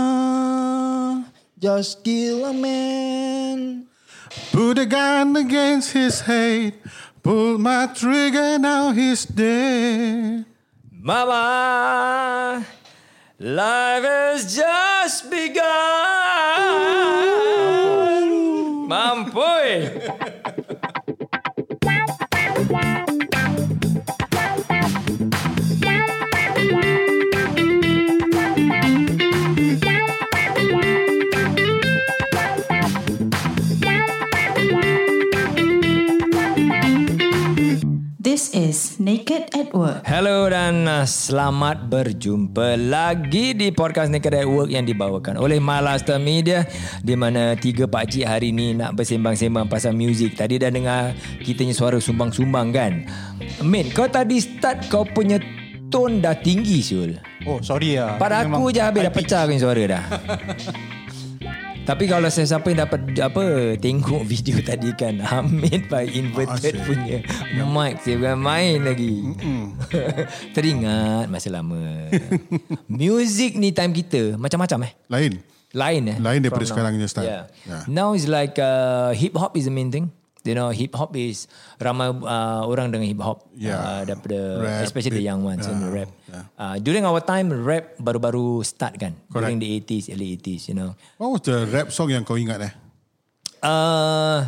Mama, just kill a man. Put a gun against his head. Pull my trigger, now he's dead. Mama, life has just begun. Mampoi. This is Naked at Work. Hello dan uh, selamat berjumpa lagi di podcast Naked at Work yang dibawakan oleh Malaster Media di mana tiga pakcik hari ni nak bersembang-sembang pasal muzik. Tadi dah dengar kitanya suara sumbang-sumbang kan? Min, kau tadi start kau punya tone dah tinggi Syul. Oh, sorry lah. Pada aku je habis dah pecah kan suara dah. Tapi kalau sesiapa yang dapat apa tengok video tadi kan Hamid by Ah, inverted punya mic dia bukan main lagi. Teringat masa lama. Music ni time kita macam-macam eh. Lain. Lain eh. Lain daripada From sekarang punya style. Yeah. Yeah. Now is like uh, hip hop is the main thing. You know hip hop is ramai uh, orang dengan hip hop Yeah. uh, daripada Rap, especially the big- young ones and yeah, rap. Uh, during our time rap baru-baru start kan. During the 80s early 80s you know. What was the rap song yang kau ingat eh? Uh,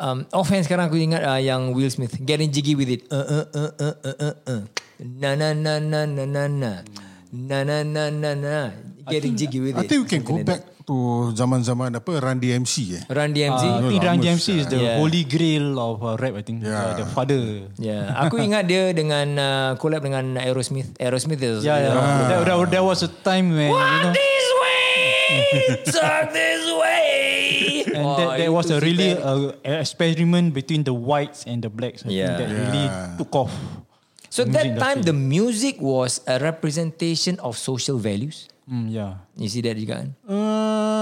um, offense sekarang aku ingat uh, yang Will Smith getting jiggy with it. Uh, uh, uh, uh, uh, uh, uh. Na na na na na na na. Na na na na na. Getting jiggy with I it. think we can go back to zaman-zaman apa Run DMC eh. Run DMC. I think lama Run DMC E is the E? Yeah. holy grail of uh, rap I think Yeah. uh, the father Yeah, aku ingat dia dengan uh, collab dengan Aerosmith. Aerosmith is yeah, yeah. There, there, there was a time when you know this way, talk this way. and that, that was a really uh, an experiment between the whites and the blacks Yeah. I think that really Yeah. took off So that time the music was a representation of social values. mm, yeah You see that juga kan?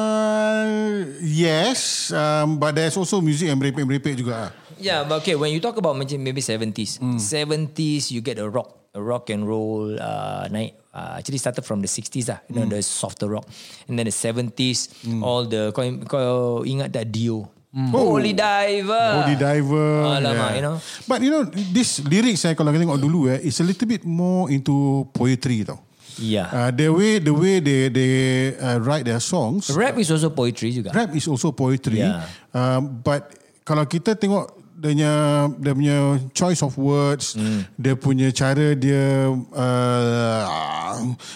Uh, yes, um, but there's also music yang merepek-merepek juga. ah. Yeah, but okay. When you talk about macam maybe seventies, Hmm. seventies you get a rock, a rock and roll uh, night. Uh, actually started from the sixties lah, Hmm. you know the softer rock, and then the seventies, all the kau, kau ingat tak Dio, Hmm. Holy Oh. Diver, Body Diver. Ah. Alamak, you know. But you know, this lyrics eh, kalau kita tengok dulu eh, it's a little bit more into poetry tau. Yeah. Uh, the way the way they they uh, write their songs, Rap is also poetry juga. rap is also poetry. Yeah. Um, but kalau kita tengok dia punya, dia punya choice of words, dia punya cara dia uh,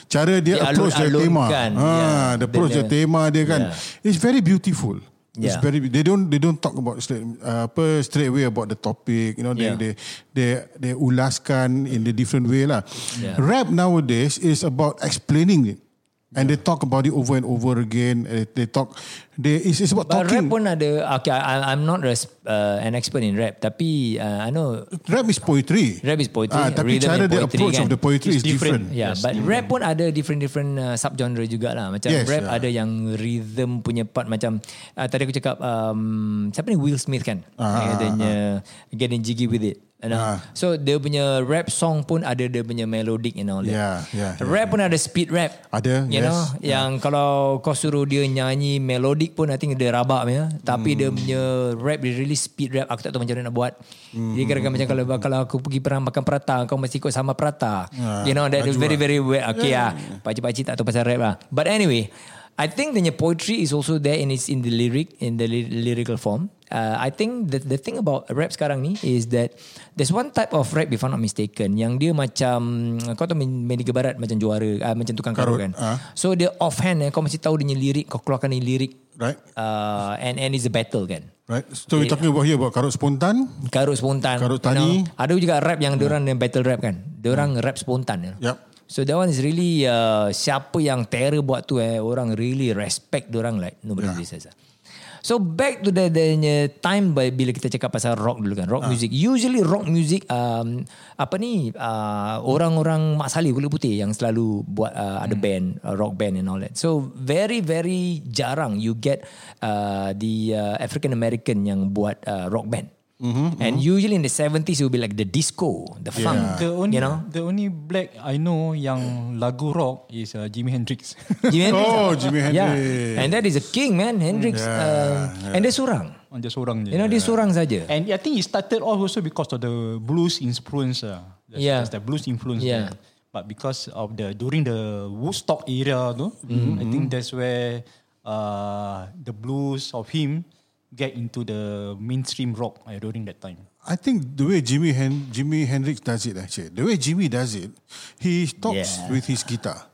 cara dia, Dia approach dia tema. alun-alunkan, Ah, yeah. the approach dia Dia- tema dia kan. It's very beautiful. It's Yeah. very they don't they don't talk about straight uh, apa straight away about the topic, you know, they Yeah. they they they ulaskan in the different way lah. Yeah. Rap nowadays is about explaining it. And they talk about it over and over again. Uh, They talk, they it's, it's about But rap talking. pun ada. Okay, I, I'm not a, s- uh, an expert in rap, tapi uh, I know Rap is poetry. Rap is poetry, Ah, tapi rhythm cara and the poetry approach kan. of the poetry is It's different. different. Yeah, yes, but rap pun ada different different uh, subgenre jugalah. Macam yes, Yes, rap yeah. yeah. ada yang rhythm punya part macam uh, tadi aku cakap um, siapa ni Will Smith kan? Ah, Dia katanya getting jiggy with it. You know? So dia punya rap song pun ada dia punya melodic and all that. Yeah, yeah, yeah, rap pun ada speed rap. Ada, You yes. know, yang kalau kau suruh dia nyanyi melodic pun I think dia rabak punya. Tapi Hmm. dia punya rap dia really speed rap. Aku tak tahu macam mana nak buat. Hmm, Dia kira-kira macam kalau kalau aku pergi perang makan prata kau mesti ikut sama prata. Ah, you know that is very lah. very weird. Okay yeah. ah. Pakcik-pakcik tak tahu pasal rap lah. But anyway, I think the poetry is also there and it's in the lyric in the ly- lyrical form. Uh, I think the the thing about rap sekarang ni is that there's one type of rap if I'm not mistaken yang dia macam kau tahu Medica Barat macam juara ah, macam tukang karut, Karut, kan. ah. So dia offhand eh, kau mesti tahu dia punya lirik, kau keluarkan dia lirik. Right. Uh, and and it's a battle kan. Right. So we're talking about here about karut spontan. Karut spontan. Karut you know. tani. Ada juga rap yang diorang yang battle rap kan. Diorang rap spontan. You know. Yup. So that one is really uh, siapa yang terror buat tu eh orang really respect diorang like nobody yeah. says. ah. So back to the, the the time by- bila kita cakap pasal rock dulu kan rock music usually rock music um, apa ni uh, orang-orang mak saleh kulit putih yang selalu buat uh, ada band uh, rock band and all that so very very jarang you get uh, the uh, African American yang buat uh, rock band Mm-hmm, and usually in the 70s it would be like the disco, the funk, The only you know. the only black I know yang lagu rock is uh, Jimi Hendrix. Jimi Hendrix. Oh, Jimi yeah. Hendrix. And that is a king man, Hendrix. Yeah, uh, yeah. And dia seorang. On just orang You je. know, dia seorang saja. And I think it started off also because of the blues influence. Uh. There's, Yeah. there's the blues influence. Yeah. there. But because of the during the Woodstock era, tu, Mm-hmm. I think that's where uh, the blues of him get into the mainstream rock uh, during that time. I think the way Jimmy Hen- Jimmy Hendrix does it actually, the way Jimmy does it, he talks Yeah. with his guitar.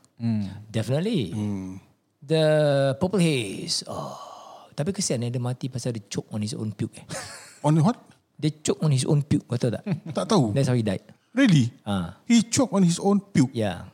Definitely. Hmm. The Purple Haze. Oh. Tapi kesian eh, dia mati pasal dia choke on his own puke. Eh. On what? Dia choke on his own puke, kau tahu tak? Tak tahu. That's how he died. Really? Ah. He choke on his own puke. Yeah.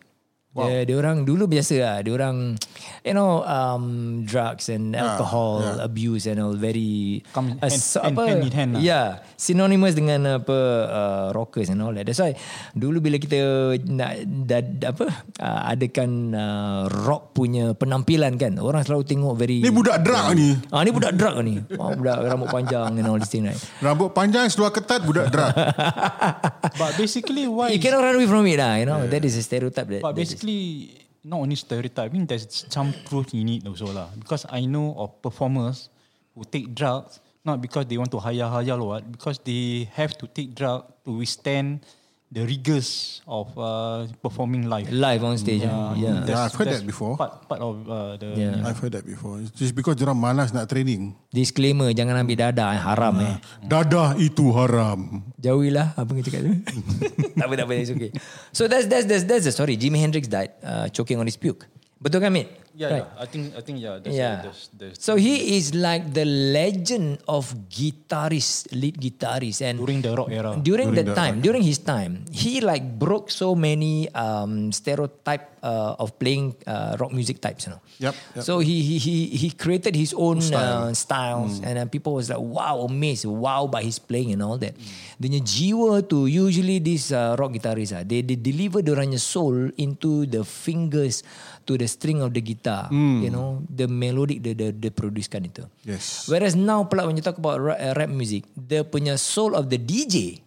Wow. Ya. Dia, dia orang dulu biasa lah. Dia orang, you know, um, drugs and alcohol yeah. abuse and all very... Ah, ya. uh, Come hand- s- hand- hand in hand lah. Yeah. ya, Synonymous dengan apa uh, rockers and all that. That's why dulu bila kita nak da, da, apa uh, adakan uh, rock punya penampilan kan. Orang selalu tengok very... Ni budak drug ni. Ah ni budak drug ni. Oh, budak rambut panjang and all this thing right. Rambut panjang, seluar ketat, budak drug. But basically Ah. why You cannot run away from it lah, you know. Yeah. That is a stereotype that. But that is- basically, not only stereotype, I mean, there's some truth in it also lah. Because I know of performers who take drugs, not because they want to hayal-hayal or what, because they have to take drug to withstand the rigors of uh, performing life. live on stage. Yeah. yeah. Yeah, I've heard that before. Part, part of uh, the... Yeah. I've heard that before. It's just because orang malas nak training. Disclaimer jangan ambil dada eh, haram eh. Dadah itu haram. Jauhilah apa yang cakap tu. tak apa tak apa it's okay. So that's that's that's that's the story. Jimi Hendrix died uh, choking on his puke. Betul kan Mit? Yeah, Right. yeah, I think, I think yeah. That's, yeah. That's, that's, so he is like the legend of guitarist, lead guitarist and during the rock era. during, the, time, during his time, he like broke so many um, stereotype uh, of playing uh, rock music types, you know. Yup, yup. So he he he he created his own style. uh, styles, and then people was like, wow, amazed, wow by his playing and all that. Dia punya jiwa tu usually these uh, rock guitarists ah, they they deliver dorangnya soul into the fingers to the string of the guitar, you know, the melodic the the, the producekan itu. Yes. Whereas now pula when you talk about rap, uh, rap music, the punya soul of the DJ,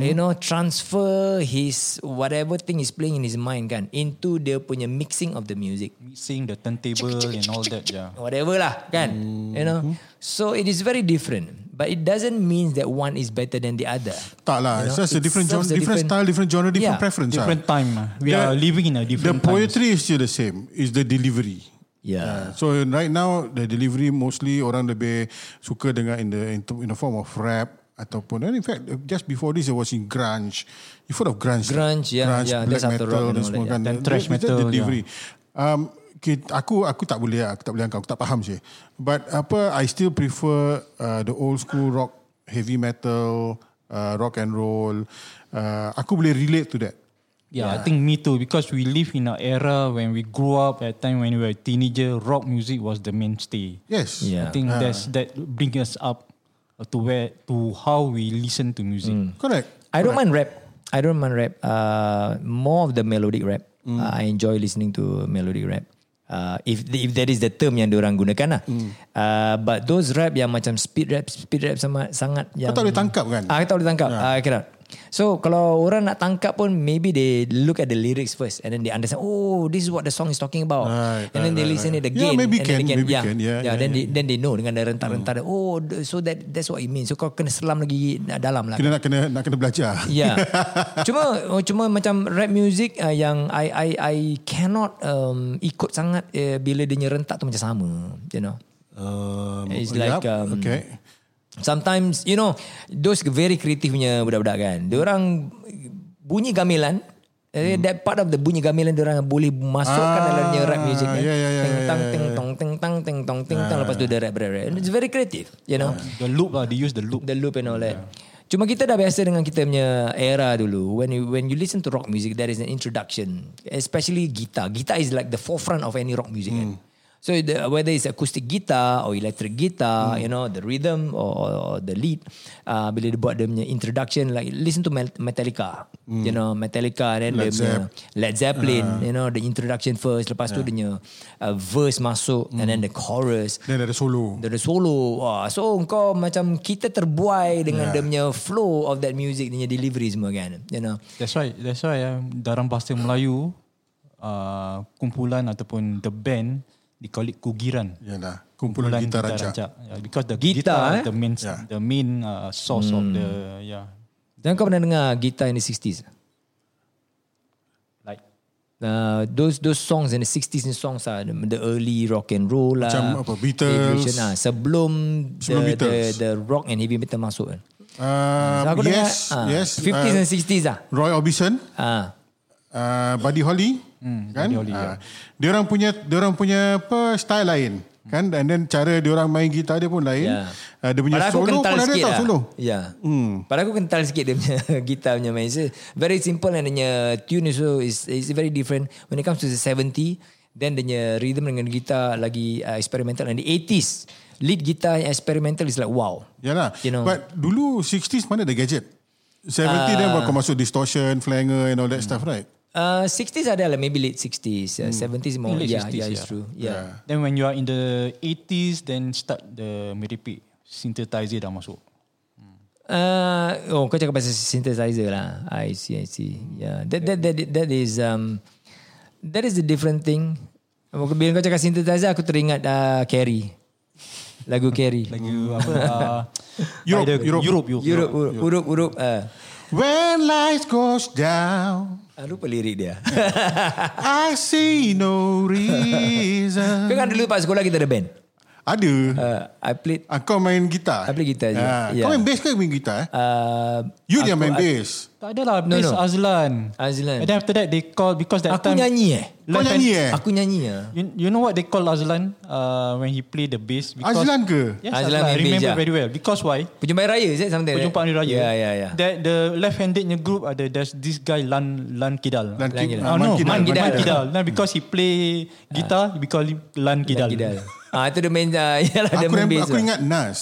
you know, transfer his whatever thing is playing in his mind kan into the punya mixing of the music. Mixing the turntable and all that, yeah. Whatever lah kan, you know. So it is very different. But it doesn't mean that one is better than the other. Tak lah. You It's know, just it a different, genre, serves a different, different- style, different genre, Yeah, different preference. ah. Different time. The- We are living in a The different time. poetry is still the same. It's the delivery. Yeah. Uh, So right now the delivery mostly orang lebih suka dengan in the in, the- in the form of rap ataupun and in fact uh, just before this I was in grunge. You heard of grunge? Grunge, yeah, grunge, yeah, black that's after rock metal and dan all semua that, kan. yeah. Then Is thrash that metal, the yeah. delivery. Um, kita, aku aku tak boleh aku tak boleh angkat aku tak faham sih. But apa I still prefer uh, the old school rock, heavy metal, uh, rock and roll. Uh, aku boleh relate to that. Yeah, I think me too because we live in an era when we grew up at a time when we were a teenager, rock music was the mainstay. Yes. Yeah. I think that's that brings us up to where to how we listen to music. Correct. I don't mind rap. I don't mind rap. Uh, more of the melodic rap. Mm. Uh, I enjoy listening to melodic rap. Uh, if if that is the term yang diorang gunakan lah. Mm. Uh, but those rap yang macam speed rap, speed rap sama sangat yang tak boleh tangkap kan? Ah, kita boleh tangkap. Yeah. Uh, cannot. So kalau orang nak tangkap pun maybe they look at the lyrics first and then they understand oh this is what the song is talking about Right, and then right, they right, listen right. it Yeah, again maybe and can, then again maybe yeah. can. Yeah, yeah, yeah, Mm. then They, then they know dengan ada rentak-rentak dia, oh th- so that that's what it means so kau kena selam lagi dalam lah Kita nak kena nak kena belajar. Yeah. Ya. cuma oh, cuma macam rap music uh, yang I I I cannot um, ikut sangat uh, bila dia punya rentak tu macam sama, you know. Um, It's like, um, okay. Sometimes you know those very creative punya budak-budak kan. Dia orang bunyi gamelan Eh, That part of the bunyi gamelan dia orang boleh masukkan Ah, dalam dia rap music kan. yeah, yeah, yeah, ting tang yeah, ting tong ting tang ting tong ting tang lepas tu dia rap rap. rap. It's very creative, you know. The loop, lah, they use the loop. The loop and all that. Cuma kita dah biasa dengan kita punya era dulu. When you, when you listen to rock music, there is an introduction. Especially guitar. Guitar is like the forefront of any rock music. Kan? So the, whether it's acoustic guitar or electric guitar, you know, the rhythm or, or, or the lead, uh, bila dia buat dia punya introduction, like listen to Mel- Metallica, you know, Metallica, then dia Led punya Led Zeppelin, you know, the introduction first, lepas tu dia punya uh, verse masuk, and then the chorus, Then ada solo. Dia ada solo Wah, So kau macam Kita terbuai Dengan yeah. Ya. dia punya flow Of that music Dia punya delivery semua kan You know That's why that's why uh, dalam bahasa Melayu uh, kumpulan ataupun the band they call it kugiran. Yalah. Ya Kumpulan, Kumpulan gitar rancak. Yeah, because the Gitar, guitar, eh? the main Yeah. the main uh, source of the yeah Dan kau pernah dengar Guitar in the 60s like uh, Those those songs in the 60s ni songs lah The the early rock and roll lah Macam apa, Beatles. Evolution lah Sebelum, Sebelum the, the, Beatles. the rock and heavy metal masuk kan Uh, So, aku dengar, yes, ah, yes. 50s uh, and 60s lah Roy Orbison. Ah, uh, Buddy Holly hmm, kan Buddy Holly, uh, dia orang punya dia orang punya apa style lain kan and then cara dia orang main gitar dia pun lain Ya. yeah. uh, dia punya Padahal aku solo kental pun ada sikit tak lah. solo Ya. Hmm. Padahal aku kental sikit dia punya gitar punya main. So, very simple and dia punya tune also is, is very different. When it comes to the 70, then dia punya rhythm dengan gitar lagi uh, experimental. And the 80s, lead guitar yang experimental is like wow. Yalah. You know. Ya lah. Ah. But dulu 60s mana ada gadget 70 uh, then baru kau masuk distortion flanger and all that hmm. stuff right Uh, 60s ada lah, maybe late 60s. Uh, Hmm. 70s more. Late yeah, 60s, yeah, it's yeah. true. Yeah. then when you are in the 80s then start the meripik synthesizer dah masuk. Uh, oh, kau cakap pasal synthesizer lah. I see, I see. Yeah, that that that that is um that is a different thing. Bila kau cakap synthesizer, aku teringat uh, Carrie. Lagu Carrie. Lagi apa uh, Europe, by the- Europe. Europe, Europe, Hmm. Europe, Europe, Europe, Europe. Uh, when light goes down ah, lupa lirik dia. I see no reason kau kan dulu pas sekolah kita ada band. ada Uh, I played uh, kau main gitar I play guitar je. Ah, Yeah. kau main bass ke main gitar eh? uh, you dia main bass Tak ada lah, No, no, no. Azlan. Azlan. And then after that they call because that aku time nyanyi eh. kau Live nyanyi eh Aku nyanyi ah. You, you know what they call Azlan uh, when he play the bass? Azlan ke Yes, Azlan Azlan. I main bass, remember yeah. very well. Because why? Perjumpaan raya is it something? like that? Perjumpaan Hari Raya. Yeah, yeah, yeah. That the left-handednya group ada there's this guy Lan Lan Kidal. Lan Kidal. Oh, Ah, no, Man Kidal. Man Kidal. Hmm. Kidal. Lan because he play guitar, we call him Lan Kidal. Kidal. Ah, itu dia main uh, yalah, dia Aku, main rem, bass aku lah. ingat Nas.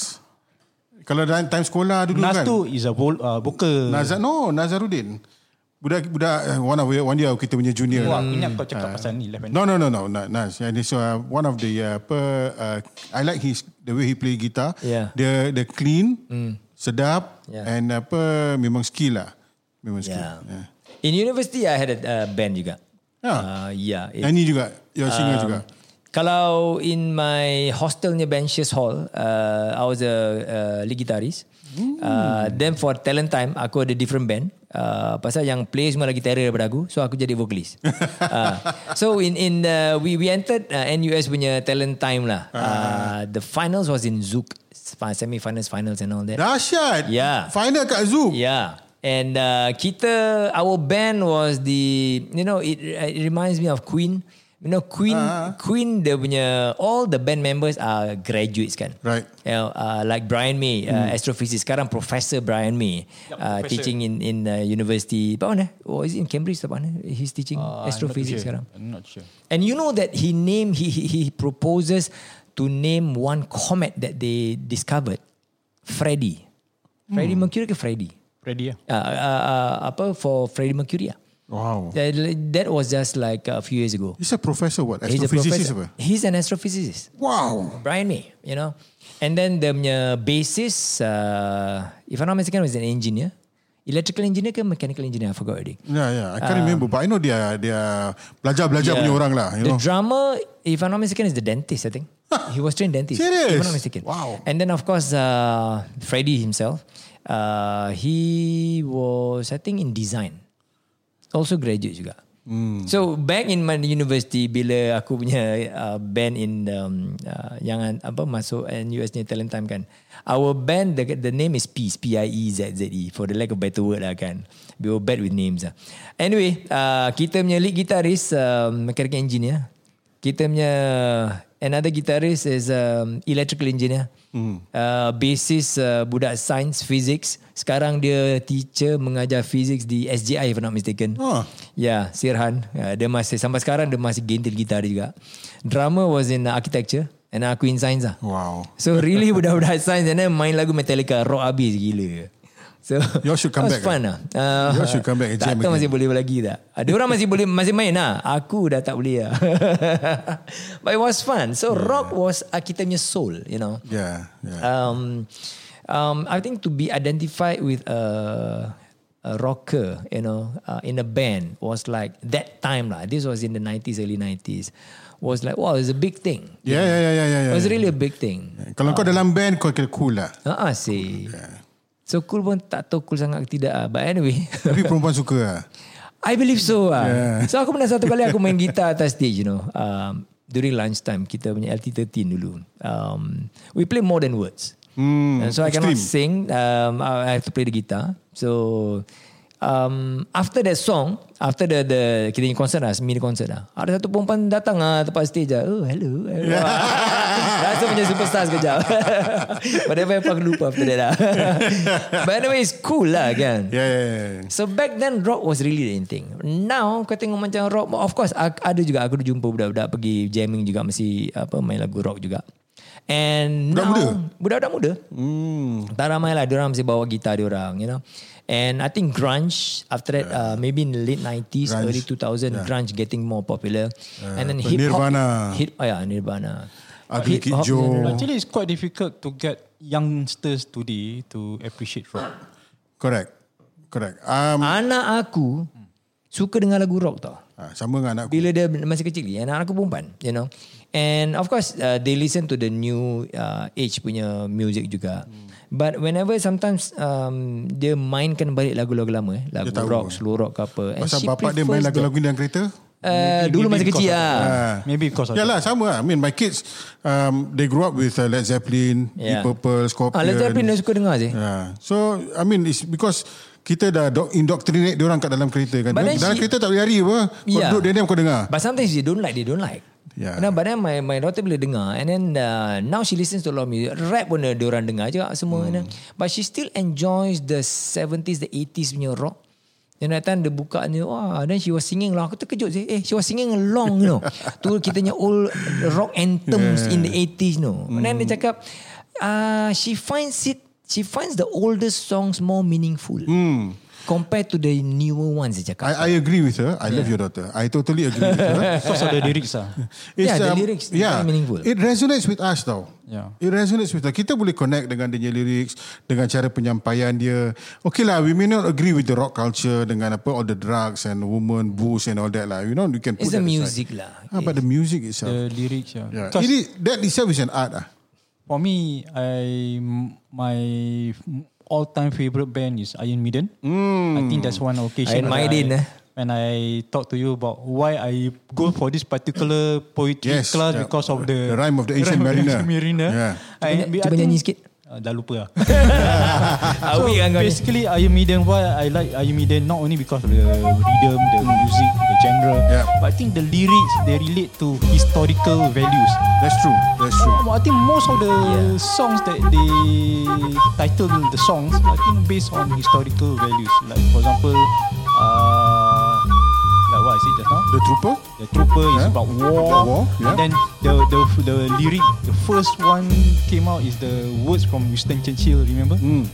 Kalau dalam time sekolah dulu kan. Nas tu is a vol, uh, vocal. Nas no, Nazaruddin. Budak budak eh, one of one year kita punya junior. Oh, Wah, Lah. aku ingat kau cakap pasal ni left-handed. No no no no Na- Nas. And so uh, one of the uh, apa uh, I like his the way he play guitar. Yeah. Mm. Dia the clean, sedap Yeah. and apa memang skill lah. Memang skill. Yeah. Yeah. In university, I had a uh, band juga. Ah. Uh, yeah. It, Um, Nyanyi juga, your singer juga. kalau in my hostelnya Benches Hall, uh, I was a uh, lead guitarist. Uh, then for talent time, aku ada different band. Uh, pasal yang play semua lagi terror daripada aku, so aku jadi vocalist. uh, so in in uh, we we entered uh, NUS punya talent time lah. Uh, the finals was in Zook, semi finals, finals and all that. Dahsyat. Yeah. Final kat Zoom. Yeah. And uh, kita, our band was the, you know, it, it reminds me of Queen. You know, Queen, Queen dia punya, all the band members are graduates kan. Right. You know, uh, like Brian May, uh, astrophysics. Sekarang Professor Brian May uh, teaching in in uh, university. Pak mana? Oh, is it in Cambridge? Pak mana? He's teaching Uh, I'm not astrophysics sure. sekarang. I'm not sure. And you know that he name he, he he proposes to name one comet that they discovered, Freddy. Freddie Mercury ke Freddy? Ready ya? uh, uh, uh, apa for Freddie Mercury. ah. Wow. That, that was just like a few years ago. He's a professor what? He's a Astrophysicist professor. apa? He's an astrophysicist. Wow. Brian May, you know. And then the punya basis, uh, if I'm not mistaken, was an engineer. Electrical engineer ke mechanical engineer? I forgot already. Yeah, yeah. I can't remember, but I know dia dia Um, belajar-belajar Yeah. punya orang lah. the You know. drummer, if I'm not mistaken, is the dentist, I think. he was trained dentist. If I'm Serious? not mistaken. Wow. And then, of course, uh, Freddie himself, uh, he was, I think, in design. Also graduate juga. Hmm. So back in my university bila aku punya uh, band in um, uh, yang apa masuk NUS ni talent time kan. Our band the, the name is Peace P I E Z Z E for the lack of better word lah kan. We were bad with names lah. uh, Anyway, uh, kita punya lead guitarist um, mechanical engineer. Kita punya Another guitarist is um, electrical engineer. Mm. Uh, basis uh, budak science, physics. Sekarang dia teacher mengajar physics di SGI if I'm not mistaken. Oh. Ya, yeah, Sirhan. Uh, dia masih, sampai sekarang dia masih gentil gitar dia juga. Drama was in architecture and aku in science lah. Wow. So really budak-budak science and then main lagu Metallica rock habis gila. So You all should come that was back, eh? fun lah. Uh, You all should come back and Tak jam tahu again. masih boleh lagi tak. Dia orang masih boleh masih main lah. Aku dah tak boleh lah. But it was fun. So rock was uh, kita punya soul, you know. Yeah. yeah. Um, um, I think to be identified with a, a rocker, you know, uh, in a band was like that time lah. This was in the 90s, early 90s. Was like, wow, it's a big thing. yeah, yeah, yeah, yeah, yeah, It yeah. was really a big thing. Kalau kau dalam band kau kira cool lah. Ha ah, sih. So cool pun tak tahu cool sangat ke tidak ah. But anyway, Tapi perempuan suka lah. I believe so ah. So aku pernah satu kali aku main gitar atas stage, you know. Um, during lunchtime kita punya LT13 dulu. Um, we play more than words. Hmm, And so I cannot extreme. sing. Um, I I have to play the guitar. So um, after that song, after the the kita punya concert lah, mini concert lah. Ada satu perempuan datang lah tempat stage lah. Oh, hello. hello. Rasa punya superstar sekejap. Whatever apa aku lupa after that lah. But anyway, it's cool lah kan. Yeah, yeah, yeah, yeah. So back then rock was really the in thing. Now kau tengok macam rock of course ak- ada juga aku jumpa budak-budak pergi jamming juga mesti apa main lagu rock juga. And Budak now, muda? Budak-budak muda. Hmm. Tak ramai lah diorang mesti bawa gitar diorang you know. And I think grunge after that uh, maybe in the late 90s Grunge. early 2000 grunge getting more popular. and then apa, hip hop Nirvana. hip oh yeah Nirvana. Ugly Kid Hip-hop, Joe. Nirvana. Actually, it's quite difficult to get youngsters today to appreciate rock. Correct. Correct. Um, Anak aku suka dengar lagu rock tau. ah, sama dengan anak aku. bila dia masih kecil ni anak aku perempuan you know and of course uh, they listen to the new uh, age punya music juga Hmm. but whenever sometimes um, dia mainkan balik lagu-lagu lama eh, lagu tahu. rock slow rock ke apa and Pasal eh, she bapak dia main prefers lagu-lagu ni dalam kereta. that. uh, dulu masih kecil lah Ah. Maybe because of Yalah sama lah. I mean my kids um, They grew up with uh, Led Zeppelin Yeah. yeah. Deep Purple Scorpion ah, Led Zeppelin dia suka dengar je yeah. So I mean it's because Kita dah do- indoctrinate Diorang kat dalam kereta kan But then Dalam she- kereta tak boleh hari apa Kau Yeah. duduk dia kau dengar But sometimes they don't like, they don't like. Yeah. You know, but then my my daughter bila dengar and then uh, now she listens to a lot of music. Rap pun dia dia orang dengar juga semua. Hmm. But she still enjoys the 70s, the 80s punya rock. Then that time dia buka ni, wah, then she was singing lah. Aku terkejut je. Eh, she was singing along, you know. tu kitanya old rock anthems yeah. Hmm. in the 80s, you know. And then dia cakap, uh, she finds it, she finds the older songs more meaningful. Hmm. Compared to the newer ones, dia cakap. I, I agree with her I love your daughter I totally agree with her because of the lyrics ah. It's, um, Yeah, the lyrics yeah, definitely meaningful. It resonates with us tau. Yeah. It resonates with us. Kita boleh connect dengan dia punya lyrics, dengan cara penyampaian dia. Okay lah, we may not agree with the rock culture dengan apa all the drugs and woman booze and all that lah. You know, you can put It's the that aside. music lah. Ah, but the music itself. The lyrics yeah. yeah. Because It is, that itself is an art lah. for me, I my all-time favorite band is Iron Maiden. Hmm. I think that's one Iron occasion. when Maiden, I, eh. When I talk to you about why I go for this particular poetry Yes, class yeah. because of the, The Rhyme of the Ancient Rhyme of Mariner. the Ancient Mariner. Yeah. I, Cuba- I cuba think- nyanyi sikit. Ah, dah lupa lah. Ah, so wait, kan kau ni. basically Iron Maiden why I like Iron Maiden not only because of the rhythm the music the genre Yeah. but I think the lyrics they relate to historical values That's true. That's true. I think most of the songs that they title the songs I think based on historical values like for example uh, like what I said just now The Trooper. the trooper is Yeah. about war, About war, yeah. and then the, the the lyric the first one came out is the words from Winston Churchill remember Hmm.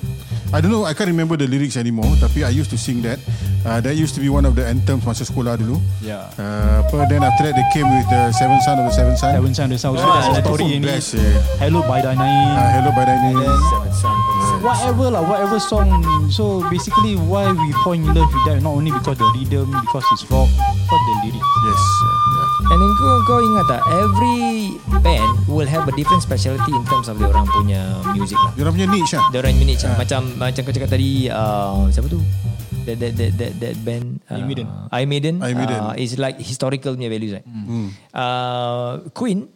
I don't know, I can't remember the lyrics anymore tapi I used to sing that. Uh, that used to be one of the anthems masa sekolah dulu. Yeah. Uh, apa, then after that they came with the Seven Son of the Seven Son. Seven Sun the South Ah, Street that's story the in best, it. yeah. Hello by thy name. Uh, hello by thy name. Whatever lah, whatever song. So basically, why we fall in love with that? Not only because the rhythm, because it's rock, but the lyrics. Yes. Yeah. And then kau, kau ingat tak Every band Will have a different specialty In terms of Diorang punya music lah Diorang punya niche lah. Diorang minit Ah. uh. Macam Macam kau cakap tadi uh, Siapa tu That, that, that, that, that band uh, Iron Maiden. I Maiden, Iron Maiden. Uh, Is like historical punya values right Hmm. mm. uh, Queen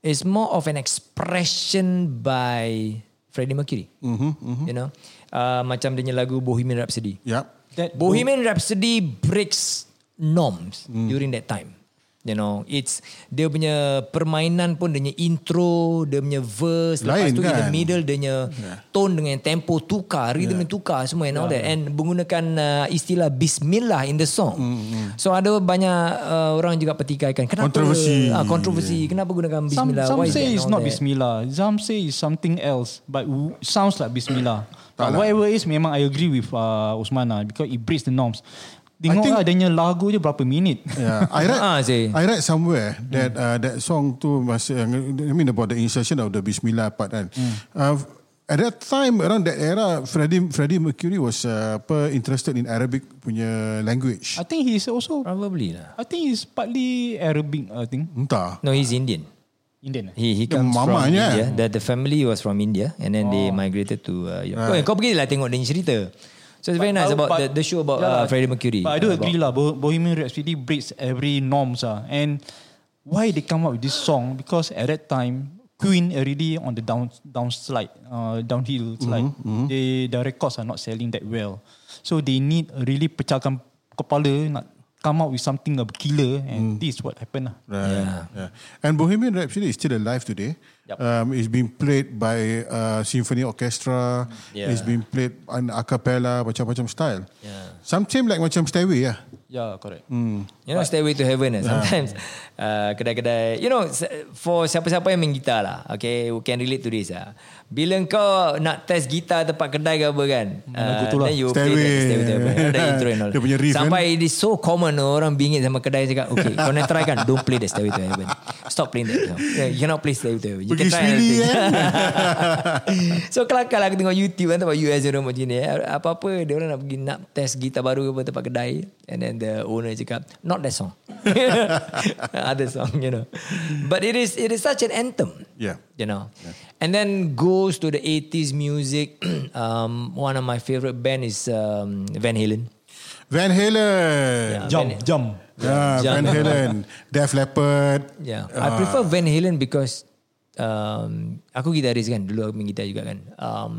Is more of an expression By Freddie Mercury mm-hmm, mm-hmm. You know uh, Macam dia punya lagu Bohemian Rhapsody Yup. That Hmm. Bohemian Rhapsody breaks norms during that time. You know, it's dia punya permainan pun dia punya intro, dia punya verse, Lain lepas tu in the kan? Ya. middle dia punya yeah. tone dengan tempo tukar, rhythm yeah. tukar semua and all that and menggunakan uh, istilah bismillah in the song. Hmm, Mm-hmm. So ada banyak uh, orang juga petikaikan kenapa Kontroversi. Ya. Ah, kontroversi. Kenapa gunakan Some, bismillah? some Why is that say and it's all not that? Bismillah. Some say it's something else, but w- sounds like Bismillah. but lah. whatever it is, memang I agree with uh, Osman lah because it breaks the norms. Tengok think- lah adanya lagu je berapa minit. Yeah, I read Ah, sih. I read somewhere that uh, that song tu masih I mean about the insertion of the Bismillah part kan. Uh, at that time around that era Freddie Freddie Mercury was uh, apa interested in Arabic punya language. I think he's also, Probably lah. I think he's partly Arabic, I think. Entah. No, he's Indian. lah. Indian. eh? He he Dia comes from India. mamanya. That the family was from India and then Oh. they migrated to uh, Europe. Right. Kau pergi lah tengok dia punya cerita. So it's very nice about the, the show about Yeah yeah, uh, lah. Freddie Mercury. But I do Uh, agree lah, Bo- Bohemian Rhapsody breaks every norms ah. And why they come up with this song? Because at that time, Queen already on the down down slide, uh, downhill Mhm, slide. They the records are not selling that well, so they need a really pecahkan kepala nak come up with something a killer, Hmm. and this is what happened lah. Right. Yeah. And Bohemian Rhapsody is still alive today. Yup. Um, it's being played by uh, symphony orchestra. Yeah. It's been played on a cappella, macam-macam style. Yeah. Something like macam Stairway lah. Yeah, correct. Hmm. You know, Stairway to Heaven. Eh. Sometimes uh, kedai-kedai, you know, se- for siapa-siapa yang main gitar lah, okay, who can relate to this lah. Bila kau nak test gitar tempat kedai ke apa kan, Hmm, lagu tu lah. then you play Stairway. that Stairway to Heaven. Ada intro and all. Dia punya riff, kan. Sampai it is so common orang bingit sama kedai cakap, okay, kau nak try kan, don't play the Stairway to Heaven. Stop playing that song. Yeah, You cannot play Stairway to Heaven. You Pergi can try another swilly, thing. eh? so kelakar lah aku tengok YouTube kan tempat US orang macam ni. eh. Apa-apa dia orang nak pergi nak test gitar baru ke apa tempat kedai. And then the owner cakap, not that song. Other song, you know. But it is it is such an anthem. Yeah. You know. And then goes to the 80s music. um, one of my favorite band is um, Van Halen. Van Halen. Jump, Bennett. jump. Yeah, Van Jump. Halen. Def Leppard. Uh, Yeah. Ya. I Ah. prefer Van Halen because um, aku gitaris kan. Dulu aku main gitar juga kan. Um,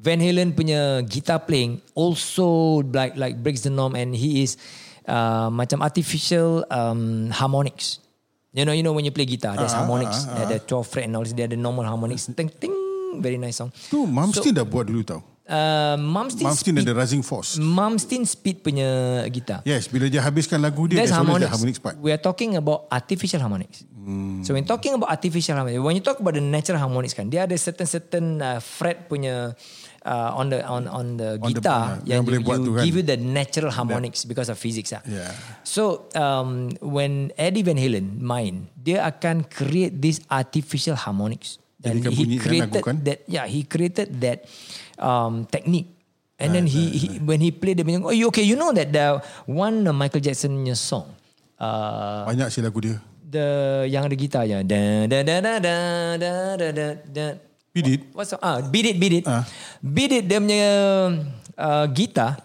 Van Halen punya guitar playing also like like breaks the norm and he is uh, macam artificial um, harmonics. You know, you know when you play guitar, there's harmonics, there the 12 fret and all this, there the normal harmonics. Ting ting, very nice song. Tu Malmsteen dah buat dulu tau. Uh, Malmsteen, Malmsteen Speed, and the Rising Force. Malmsteen Speed punya gitar. Yes, bila dia habiskan lagu dia, That's there's harmonics. always the harmonics part. Hmm. We are talking about artificial harmonics. So when talking about artificial harmonics, when you talk about the natural harmonics kan, dia ada certain certain uh, fret punya uh, on the on on the On the- guitar uh, yang yang boleh you, buat you tu kan. give you the natural harmonics because of physics lah. Yeah. So um, when Eddie Van Halen main, dia akan create this artificial harmonics. Jadi And he kan bunyi kan created lagu kan? that yeah he created that um, technique. And then he, he when he played the music, oh you okay you know that the one uh, Michael Jackson punya song. Uh, Banyak sih lagu dia. the yang ada gitar je. Da da da da da da da da. da. Beat It. What's the- ah beat it beat it. Uh. Beat it dia punya uh, gitar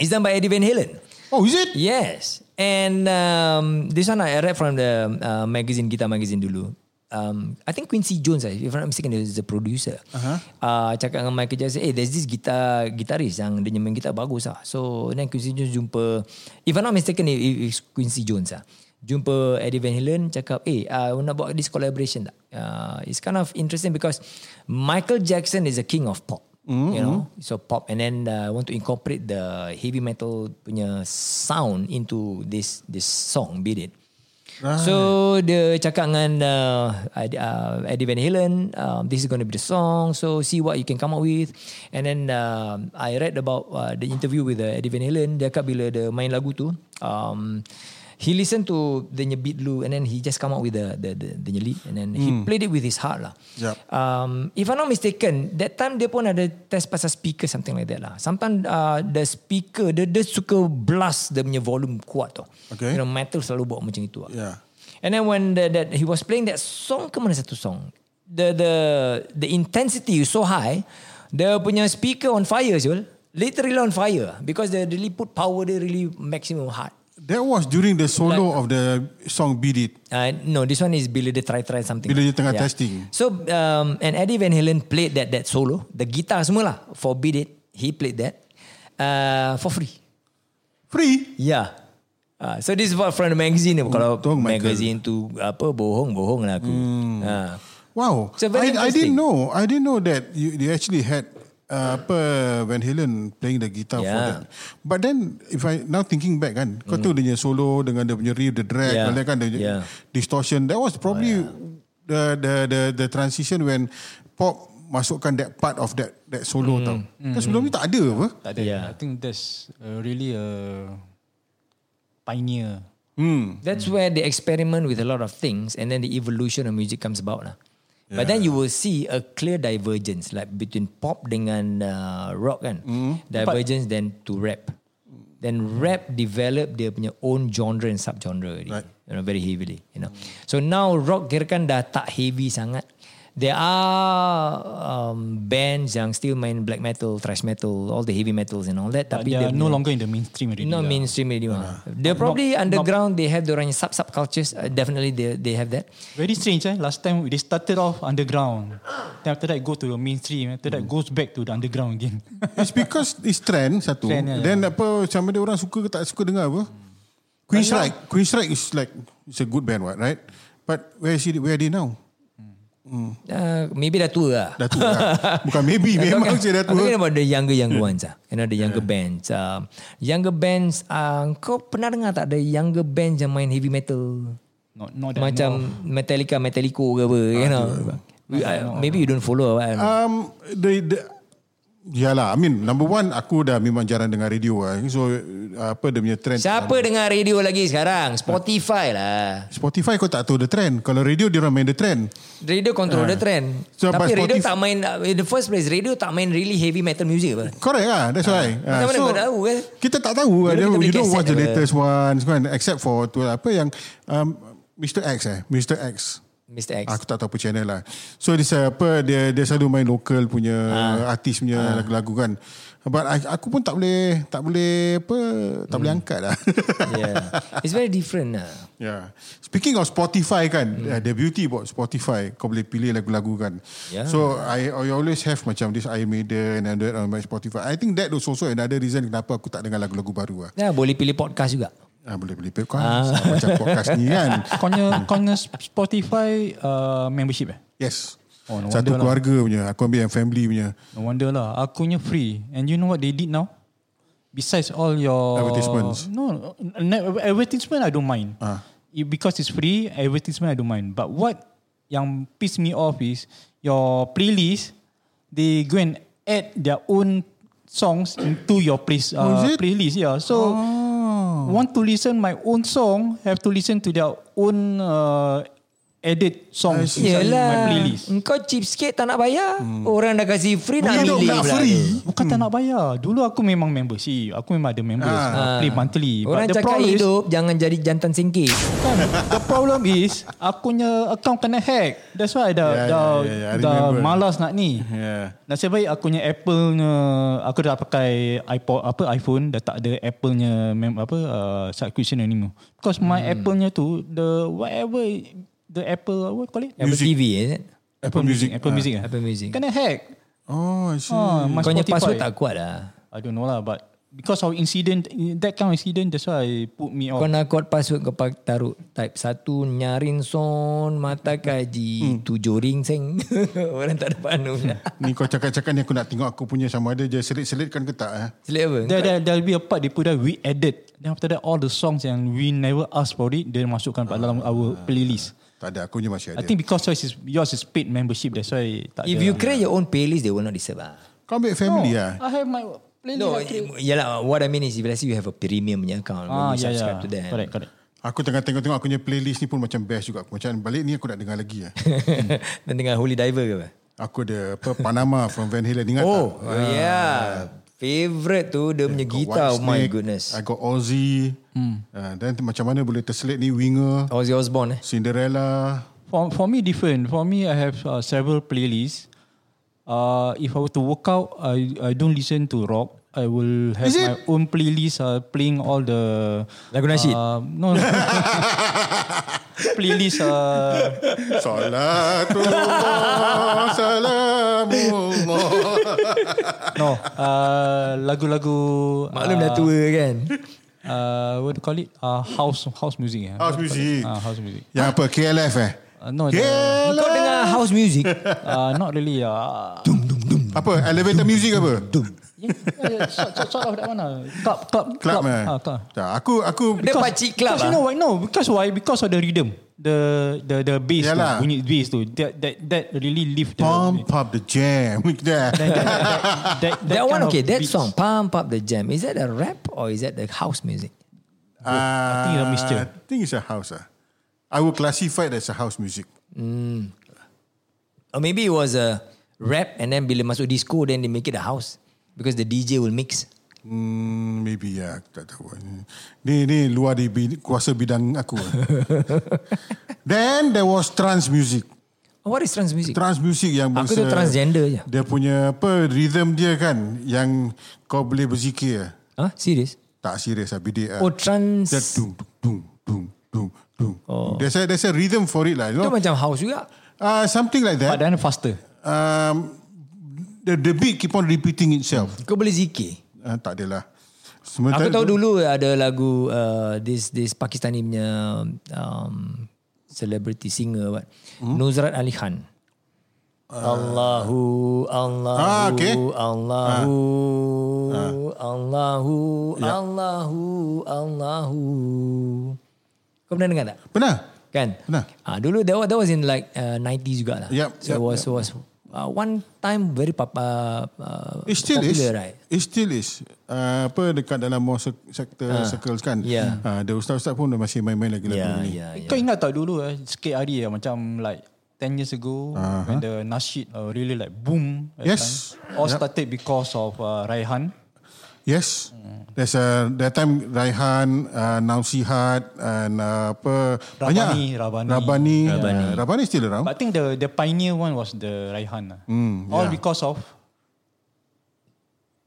is done by Eddie Van Halen. Oh, is it? Yes. And um, this one I read from the uh, magazine, Guitar Magazine dulu. Um, I think Quincy Jones, eh, if I'm not mistaken, is the producer. Uh-huh. Uh, cakap dengan Michael Jackson, eh, there's this guitar guitarist yang dia main gitar bagus lah. So, then Quincy Jones jumpa, if I'm not mistaken, it- it- it's Quincy Jones lah. Jumpa Eddie Van Halen, cakap, eh, uh, nak buat this collaboration tak? Uh, it's kind of interesting because Michael Jackson is a king of pop. You know, so pop, and then uh, I want to incorporate the heavy metal punya sound into this this song, beat it. So dia cakap dengan uh, Ad- uh, Eddie Van Halen, um, this is going to be the song. So see what you can come up with. And then um I read about uh, the interview with uh, Eddie Van Halen. Dia cakap bila dia main lagu tu, um, he listen to the beat dulu, and then he just come up with the the the, the lead, and then he played it with his heart lah. Hmm. Yup. Um, if I'm not mistaken, that time dia pun ada test pasal speaker something like that lah. Sometimes uh, the speaker dia, dia suka blast dia punya volume kuat tau. You Okay. know, metal selalu buat macam itu lah. Yeah. And then when the, that he was playing that song, ke mana satu song? The the the intensity is so high, the punya speaker on fire, Jul. Literally on fire because they really put power they really maximum hard. That was during the solo of the song Beat It. Uh, no, this one is bila dia try try something. Bila dia tengah testing. So um, and Eddie Van Halen played that that solo, the guitar semua lah. For Beat It, he played that uh, for free. Free. Yeah. Ah, so this is what from the magazine. Kalau Untung Michael. magazine tu apa bohong bohong lah aku. Ah. Wow. It's a very I, I didn't interesting. know. I didn't know that you, you actually had uh, apa Van Halen playing the guitar for Yeah. Hmm. that. But then if I now thinking back kan, kau tu dia punya solo dengan dia punya riff, the drag, Yeah. yeah. kan dia punya Yeah. distortion. That was probably oh, yeah. the, the the the transition when pop masukkan that part of that that Hmm. solo mm. tau. Mm. Kan sebelum ni tak ada apa? Tak ada. Yeah. I think that's uh, really a pioneer. That's where they experiment with a lot of things and then the evolution of music comes about lah. But then you will see a clear divergence like between pop dengan uh, rock kan. Divergence then to rap. Then rap develop dia punya own genre and subgenre already. Right. You know, very heavily. You know. So now rock kirakan dah tak heavy sangat. There are um, bands yang still main black metal, thrash metal, all the heavy metals and all that. But Tapi they dia are no punya- longer in the mainstream already. Not lah. mainstream already. Ah. mah. They're probably underground. they have their own sub subcultures. Uh, definitely, they they have that. Very strange eh. Last time they started off underground. Then after that go to the mainstream. After that goes back to the underground again. It's because it's trend satu. ya, Trend, yeah, Then apa macam mana orang suka ke tak suka dengar apa? Queen Strike. Queen Strike is like it's a good band what, right? But where is it, where are they now? Uh, maybe dah tua lah. Dah tua. lah. Bukan maybe memang I'm saya dah talking tua. about the younger younger ones ah. You know the younger bands. Um, younger bands. Uh, kau pernah dengar tak ada younger bands yang main heavy metal? Not, not that Macam more. Metallica, Metallico ke apa. You know. We- I- maybe you don't follow. kan? I don't know. Um, the, the, Yalah, I mean number one aku dah memang jarang dengar radio lah. So uh, apa dia punya trend. Siapa dengar radio lagi sekarang? Spotify lah. Spotify kau tak tahu the trend. Kalau radio dia orang main the trend. Radio control the trend. So, Tapi but radio Ah. Spotify- tak main, uh, in the first place, radio tak main really heavy metal music apa. Correct lah, that's Ah. why. Ah, Macam mana so, kau tahu, eh? Kita tak tahu. Dulu Dia, kita beli you don't kaset watch the apa. latest ones kan. Except for tu lah, apa yang um, Mr. X eh. Mr. X. Mr. X. Ah. Aku tak tahu apa channel lah. So dia se- apa dia dia selalu main local punya Ah. artis punya lagu-lagu kan. But I, aku pun tak boleh tak boleh apa tak boleh Hmm. angkat lah. yeah. It's very different lah. Yeah. Speaking of Spotify kan, Hmm. uh, the beauty about Spotify, kau boleh pilih lagu-lagu kan. Yeah. So I, I always have macam this Iron Maiden and that on my Spotify. I think that was also another reason kenapa aku tak dengar lagu-lagu baru lah. Ya, boleh pilih podcast juga. Ah, boleh boleh pilih kan macam podcast ni kan. Konya, konya Spotify uh, membership eh? Yes. Oh, no Satu wonder lah. keluarga punya, aku ambil yang family punya. No wonder lah. Akunya free. And you know what they did now? Besides all your... Advertisements. Ah. No, ne- advertisement I don't mind. Uh. It, because it's free, advertisement I don't mind. But what yang piss me off is your playlist, they go and add their own songs into your play, uh, Oh, is it? Oh. playlist. Yeah. So... Want to listen my own song, have to listen to their own uh, edit songs inside my playlist. Hmm. Engkau cheap sikit tak nak bayar. Orang dah kasih free nak Bukan milih. nak pula. free. Bukan tak nak bayar. Dulu aku memang member. Si, aku memang ada member. Ah. Play monthly. Orang But the cakap problem is, kan, hidup jangan jadi jantan singkir. the problem is, aku punya account kena hack. That's why dah, Yeah, dah, yeah, yeah, yeah. I dah remember. malas nak ni. Yeah. Nasib baik aku punya Apple punya, aku dah pakai iPod, apa iPhone, dah tak ada Apple punya mem, apa, uh, subscription anymore. Because my Hmm. Apple punya tu, the whatever, the Apple, what call it? Apple TV is it? Apple Music. Apple Music. ah. Apple Music. Kena hack. Oh, I see. Ah, my Kau punya Spotify. password tak kuat lah. I don't know lah, but because of incident, that kind of incident, that's why it put me Kau off. nak kuat password kau pak- taruh type satu nyarin son mata Hmm. kaji tujuh ring seng. Orang tak dapat anu. Ni kau cakap-cakap ni aku nak tengok aku punya sama ada je selit-selitkan ke tak eh. Selit apa? There, there, there'll be a part they put that we added. Then after that, all the songs yang we never asked for it, dia masukkan pada dalam our playlist. Tak ada aku punya masih ada. I think because yours is, yours is paid membership, that's why tak If ada. lah. you create your own playlist they will not disturb lah. kau ambil family no, lah. I have my playlist. No, I create. yalah. What I mean is, if let's say you have a premium punya account, ah, when you yeah, yeah. subscribe to that. Correct, correct. Aku tengah tengok-tengok aku punya playlist ni pun macam best juga. Aku macam balik ni aku nak dengar lagi lah. Dan dengan Holy Diver ke apa? Aku ada apa Panama from Van Halen ingat Oh, tak? uh, yeah. Favorite tu dia punya Got gitar. Oh my Whitesnake, goodness. I got Ozzy. Hmm. Uh, then macam mana boleh terselit ni Winger, Ozzy Osbourne eh. Cinderella. For, for me, different. For me, I have uh, several playlists. Uh, if I were to work out, I, I don't listen to rock. I will have my own playlist uh, playing all the... Lagu nasyid? Uh, no, no. playlist. Uh, Salatullah salamullah. no, uh, lagu-lagu... Maklum uh, Ah. dah tua kan. uh, what do you call it? Uh, house house music. eh? House music. Uh, house music. Yang apa KLF eh? Uh, no, the- KLF. Kau dengar house music uh, not really. Uh, Apa? Elevator music apa? yeah, yeah, sort, sort, sort of that one. Uh. Club, club, Club eh? Ah, club. Tak, aku aku Dia pakcik club because lah. you know why? No, because why? Because of the rhythm, the the the bass, tu, Yalah. bunyi bass tu. That that that really lift the pump up the jam. There. that, That, one kind of okay That beats. song Pump Up The Jam Is that a rap Or is that the house music Uh, I think it's a mixture. I think it's a house. Ah, I would classify it as a house music. Or maybe it was a rap And then bila masuk disco Then they make it a house Because the DJ will mix Hmm, maybe ya, aku tak tahu. Ni ni luar di bid- kuasa bidang aku. Then there was trance music. oh, What is trance music? Trans music yang Aku bangsa tu transgender je. Dia punya apa rhythm dia kan yang kau boleh berzikir. Huh? Serious? Tak serius lah bidik lah. Oh trans Dia dung dung dung dung dung. Oh. There's a there's a rhythm for it lah. You Itu know? macam house juga uh, something like Eh? But that. then faster. Um, the the beat keep on repeating itself. Kau boleh zikir Uh, tak adalah. Aku Sementara tahu dulu ada lagu uh, this this Pakistani punya um, celebrity singer what. Hmm? Nuzrat Ali Khan. Allahu Allahu Ah, okay. Allahu Allahu Ya. Allahu Allahu. Kau pernah dengar tak? Pernah? Kan? Pernah. Ah dulu that was, that was in like uh, 90s juga lah. Yup, so yup, it was was uh, one time very pop, uh, uh, It still is. popular right. It still is. Uh, apa dekat dalam more sek- sektor uh, circles kan. Ah. Yeah. Uh, the ustaz-ustaz pun dah masih main-main lagi lagu Yeah, ni. yeah, yeah. Kau ingat tak dulu eh, sikit hari eh, macam like 10 years ago uh-huh. when the Nasheed uh, really like boom. at Yes. time. All started because of uh, Raihan. Yes. There's a that time Raihan, uh, Nausihat and uh, apa banyak. Rabani, lah. Rabani. Rabani. Rabani. Uh, Rabani still around. But I think the the pioneer one was the Raihan. lah. Hmm, All because of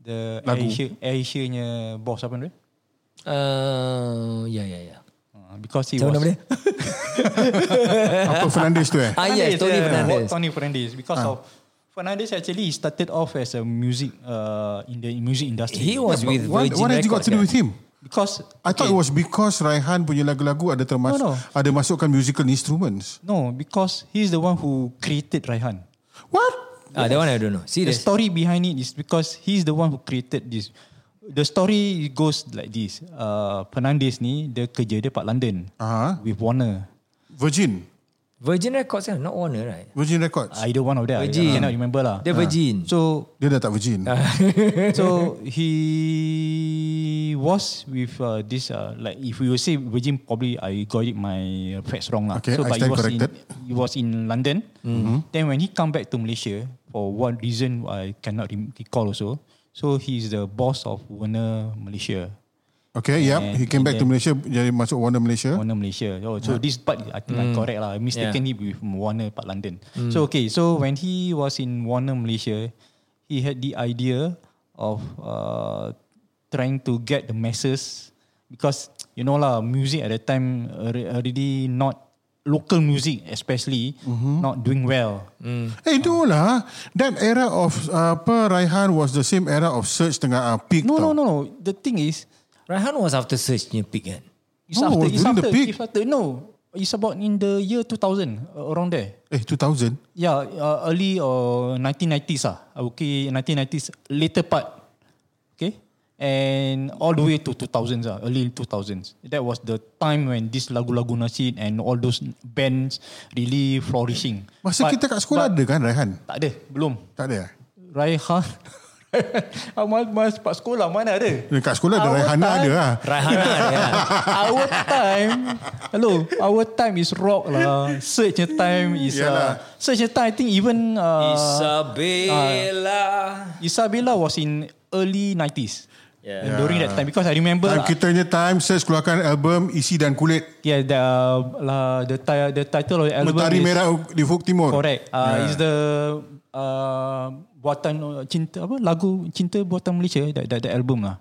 the Lagu. Asia Asia-nya boss apa nama dia? Uh, ya, ya, ya. Uh, because he Macam was nama dia? apa Fernandes tu eh? Ah, yes, Tony Ah. yeah. Fernandez. What Tony Fernandez because of Fernandez actually he started off as a music uh, in the music industry. He was with What, Virgin what has it got Records. to do kan? with him? because I thought it was because Raihan punya lagu-lagu ada termasuk No, no. ada masukkan musical instruments. no because he's the one who created Raihan. What? Ah, that one I don't know. The Serious. story behind it is because he's the one who created this. The story goes like this. Uh, Fernandez ni dia kerja dia kat London Aha. with Warner. Virgin. Virgin Records kan? Not Warner, right? Virgin Records. Ah, Either one of them. Virgin. I cannot remember lah. Dia Virgin. Ah. So, So Dia dah tak virgin. Ah. so he was with uh, this uh, like if we will say Virgin probably I got it my facts wrong lah. Okay, so, I but he stand was corrected. Mm-hmm. In, he was in London. Then when he come back to Malaysia for one reason I cannot rem- recall also. So he is the boss of Warner Malaysia. Okay, Eh, yep. He came back to Malaysia jadi masuk Warner Malaysia. Warner Malaysia. Oh, so this part I think I correct lah. I mistaken it with Warner part London. So okay, so when he was in Warner Malaysia, he had the idea of uh, trying to get the masses because you know lah, music at that time alre- already not local music especially Mm-hmm. not doing well. Eh, no lah. That era of uh, apa Raihan was the same era of Search tengah uh, peak No, tau. no, no, no. The thing is, Raihan was after Search punya pick kan? it's No, after, during it's the after, peak. it's after, no, it's about in the year 2000 uh, around there. Eh, 2000? Yeah, uh, early or 1990s ah. Okay, 1990s later part. Okay? And all the way to 2000s ah, early 2000s. That was the time when this lagu-lagu nasid and all those bands really flourishing. Masa But- kita kat sekolah ada kan Raihan? tak ada, belum. Tak ada eh? Raihan Amal Ah, mas pak sekolah mana ada? Dekat Eh, sekolah ada Our Raihana time- ada lah. Raihan lah dia. our time hello our time is rock lah search your time is Yalah. uh, search your time I think even uh, Isabella. Isabella was in early 90s. Yeah. And during that time because I remember Time lah, kita punya time Search keluarkan album Isi dan Kulit. yeah the uh, lah, the, ti- the title of the album Mentari is Merah di Fuk Timur. Ya. correct. Uh, yeah. is the uh, buatan uh, cinta apa lagu cinta buatan Malaysia that, that, that album lah.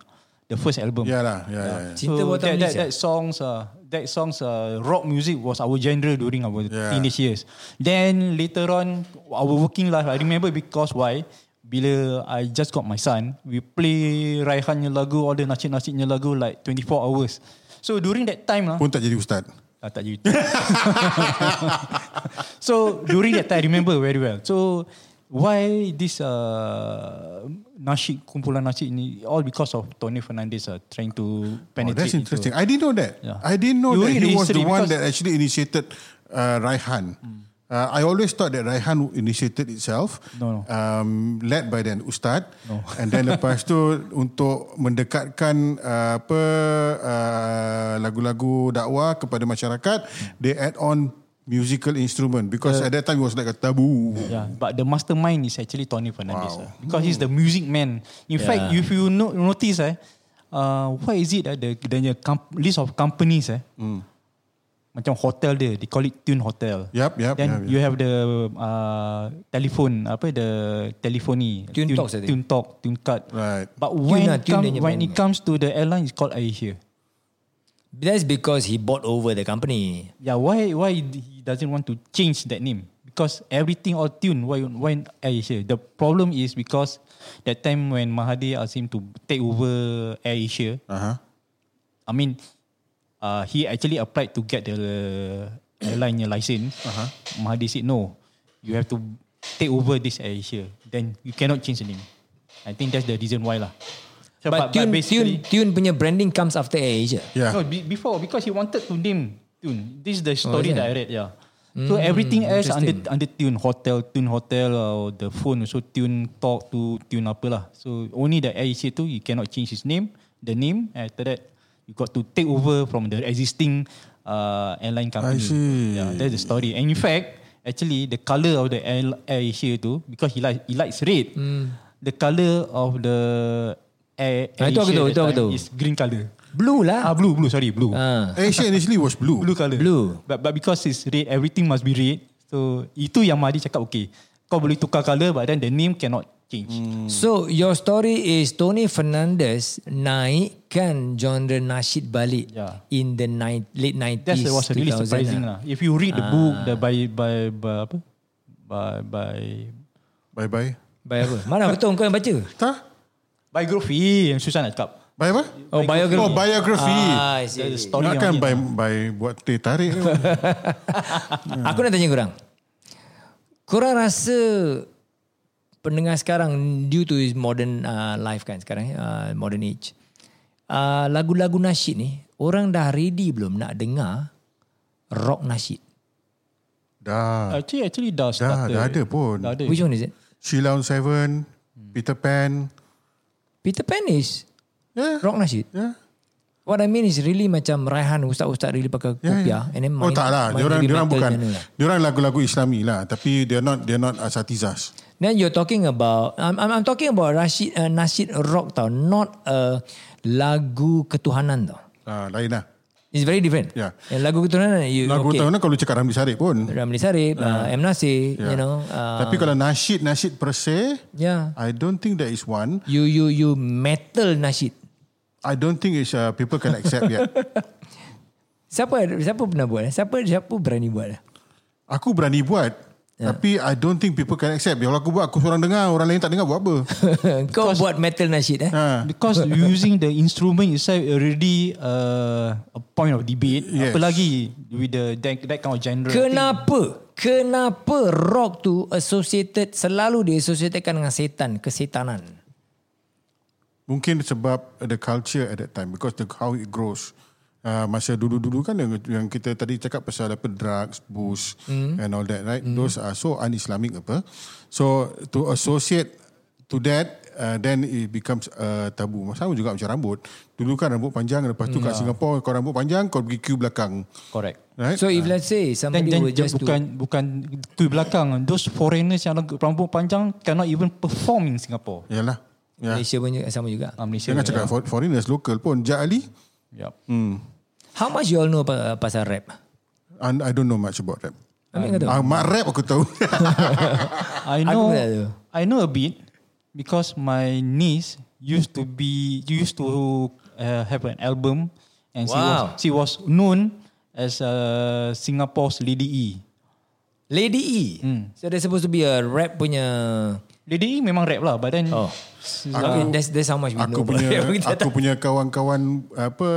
The first album. Yalah, ya, ya, ya. Cinta so Buatan that, that, Malaysia. that songs uh, that songs uh, rock music was our genre during our Yeah. teenage years. Then later on our working life I remember because why bila I just got my son, we play Raihannya lagu, all the nasib-nasibnya lagu like 24 hours. So during that time lah, Pun tak jadi ustaz. Ah, tak jadi. so during that time, I remember very well. So why this uh, nasyid, kumpulan nasyid ni, all because of Tony Fernandez uh, trying to Oh, penetrate. that's into- interesting. I didn't know that. Yeah. I didn't know You that read he the was the history one because- Hmm. that actually initiated uh, Raihan. Uh, I always thought that Raihan initiated itself. No, no. Um, led by then Ustad. No. And then lepas tu untuk mendekatkan uh, apa uh, lagu-lagu dakwah kepada masyarakat, Hmm. they add on musical instrument because at that time it was like a taboo. Yeah, but the mastermind is actually Tony Fernandez wow. because he's the music man. In yeah. fact, if you no, notice, eh, uh, what is it? Eh, the the comp- list of companies, eh, mm. macam hotel dia, they call it Tune Hotel. Yup, yup, Then yup, yup. you have the uh, telephone, apa the telephony, Tune Talks, I think. Tune Talk, Tune Card. Right. But when lah, it Tune come, dia punya when brand. it comes to the airline, it's called AirAsia. That's because he bought over the company. Yeah, why why he doesn't want to change that name? Because everything all tune. Why why AirAsia? The problem is because that time when Mahathir asked him to take over AirAsia, Uh-huh. I mean, uh, he actually applied to get the airline license. Uh-huh. Mahathir said no, you have to take over this AirAsia. Then you cannot change the name. I think that's the reason why lah. So, But, Tune, Tune, Tune punya branding comes after AirAsia. Yeah. No, be- before because he wanted to name Tune. This is the Oh, is story it? Hmm, that I read. Yeah. so everything else under under Tune Hotel, Tune Hotel, uh, or the phone also Tune Talk to Tune apa lah. So only the AIC tu you cannot change his name, the name. and After that, you got to take over from the existing uh, airline I company. see. Yeah, that's the story. And in fact, actually the color of the air, AirAsia tu because he like he likes red. The color of the air, Ah, Hmm. itu aku tahu, itu AirAsia aku that time tahu. is green color. Blue Ah lah. blue blue sorry blue. Ah. Asia initially was blue. Blue colour. Blue. But, but because it's red everything must be red. So itu yang Mahdi cakap okay. Kau boleh tukar colour but then the name cannot change. Hmm. So your story is Tony Fernandez naikkan genre nasyid balik Yeah. in the ni- late 90s. That was really 2000 surprising lah. If you read the Ah. book the by by by apa? By by Bye-bye. By apa? Mana betul kau yang baca? Tak? biography yang susah nak cakap. Bye apa? Oh, biography. Oh, biography. Ah, I see. The I see. story yang Takkan ni. by, by buat teh tarik. Ah, Aku nak tanya korang. Korang rasa pendengar sekarang due to his modern uh, life kan sekarang, eh, uh, modern age. Uh, lagu-lagu nasyid ni, orang dah ready belum nak dengar rock nasyid? dah. Actually actually dah Dah, started. dah ada pun. Dah ada. Ah. Which one is it? Sheila on Seven, Peter Pan. Ya, Peter Pan is Yeah. rock nasyid. Yeah. What I mean is really macam Raihan ustaz-ustaz really pakai kopiah Yeah, yeah, yeah. and then main, oh tak lah, main diorang, heavy diorang metal bukan. macam mana lah. Diorang lagu-lagu islami lah. Tapi they're not, they're not asatizas. Then you're talking about I'm I'm, I'm talking about Rashid uh, Nasid rock tau, not a lagu ketuhanan tau. Ah, lain lah. It's very different. Yeah. Yang lagu ketuhanan you Ya. Lagu okay. okay. tahun kalau cakap Ramli Sarip pun. Ramli Sarip, uh, M Nasir, Yeah. you know. Uh, Ya. Tapi kalau nasyid, nasyid per se, yeah. I don't think there is one. You you you metal Nasid. I don't think it's uh, people can accept yet. Siapa siapa pernah buat? eh? Siapa siapa berani buat? eh? Aku berani buat. Yeah. Tapi I don't think people can accept. Kalau aku buat, aku seorang dengar. Orang lain tak dengar buat apa. Kau buat metal Nasid eh? ha. Because using the instrument itself already uh, a point of debate. Yes. Apa lagi with the that, that kind of Hmm. genre. Kenapa? Kenapa rock tu associated selalu diasosiatkan dengan setan, kesetanan? Mungkin sebab the culture at that time because the how it grows. Uh, masa dulu-dulu kan yang, yang kita tadi cakap pasal apa drugs, booze Hmm. mm. and all that right. Mm. Those are so un-Islamic apa. So to associate to that uh, then it becomes uh, tabu. Sama juga macam rambut. Dulu kan rambut panjang lepas tu Ya. kat Singapore kau rambut panjang kau pergi queue belakang. Correct. Right? So if let's say Dan, somebody dan were just to bukan bukan tu belakang those foreigners yang rambut panjang cannot even perform in Singapore. Yalah. Ya. Malaysia ya. pun juga, sama juga. Ah, Malaysia. Jangan cakap for- foreigners local pun. Ja Ali, Yup. Hmm. How much you all know pa- pasal rap? and I don't know much about rap. Amin kata. Ah, mak rap aku tahu. I Aku know pun tak tahu. I know a bit because my niece used to be used to uh, have an album and Wow. she was she was known as uh, Singapore's Lady E. Hmm. Lady E. So there's supposed to be a rap punya Lady memang rap lah but then Oh. s- Aku, that's, that's how much we Aku know punya about it. aku punya kawan-kawan apa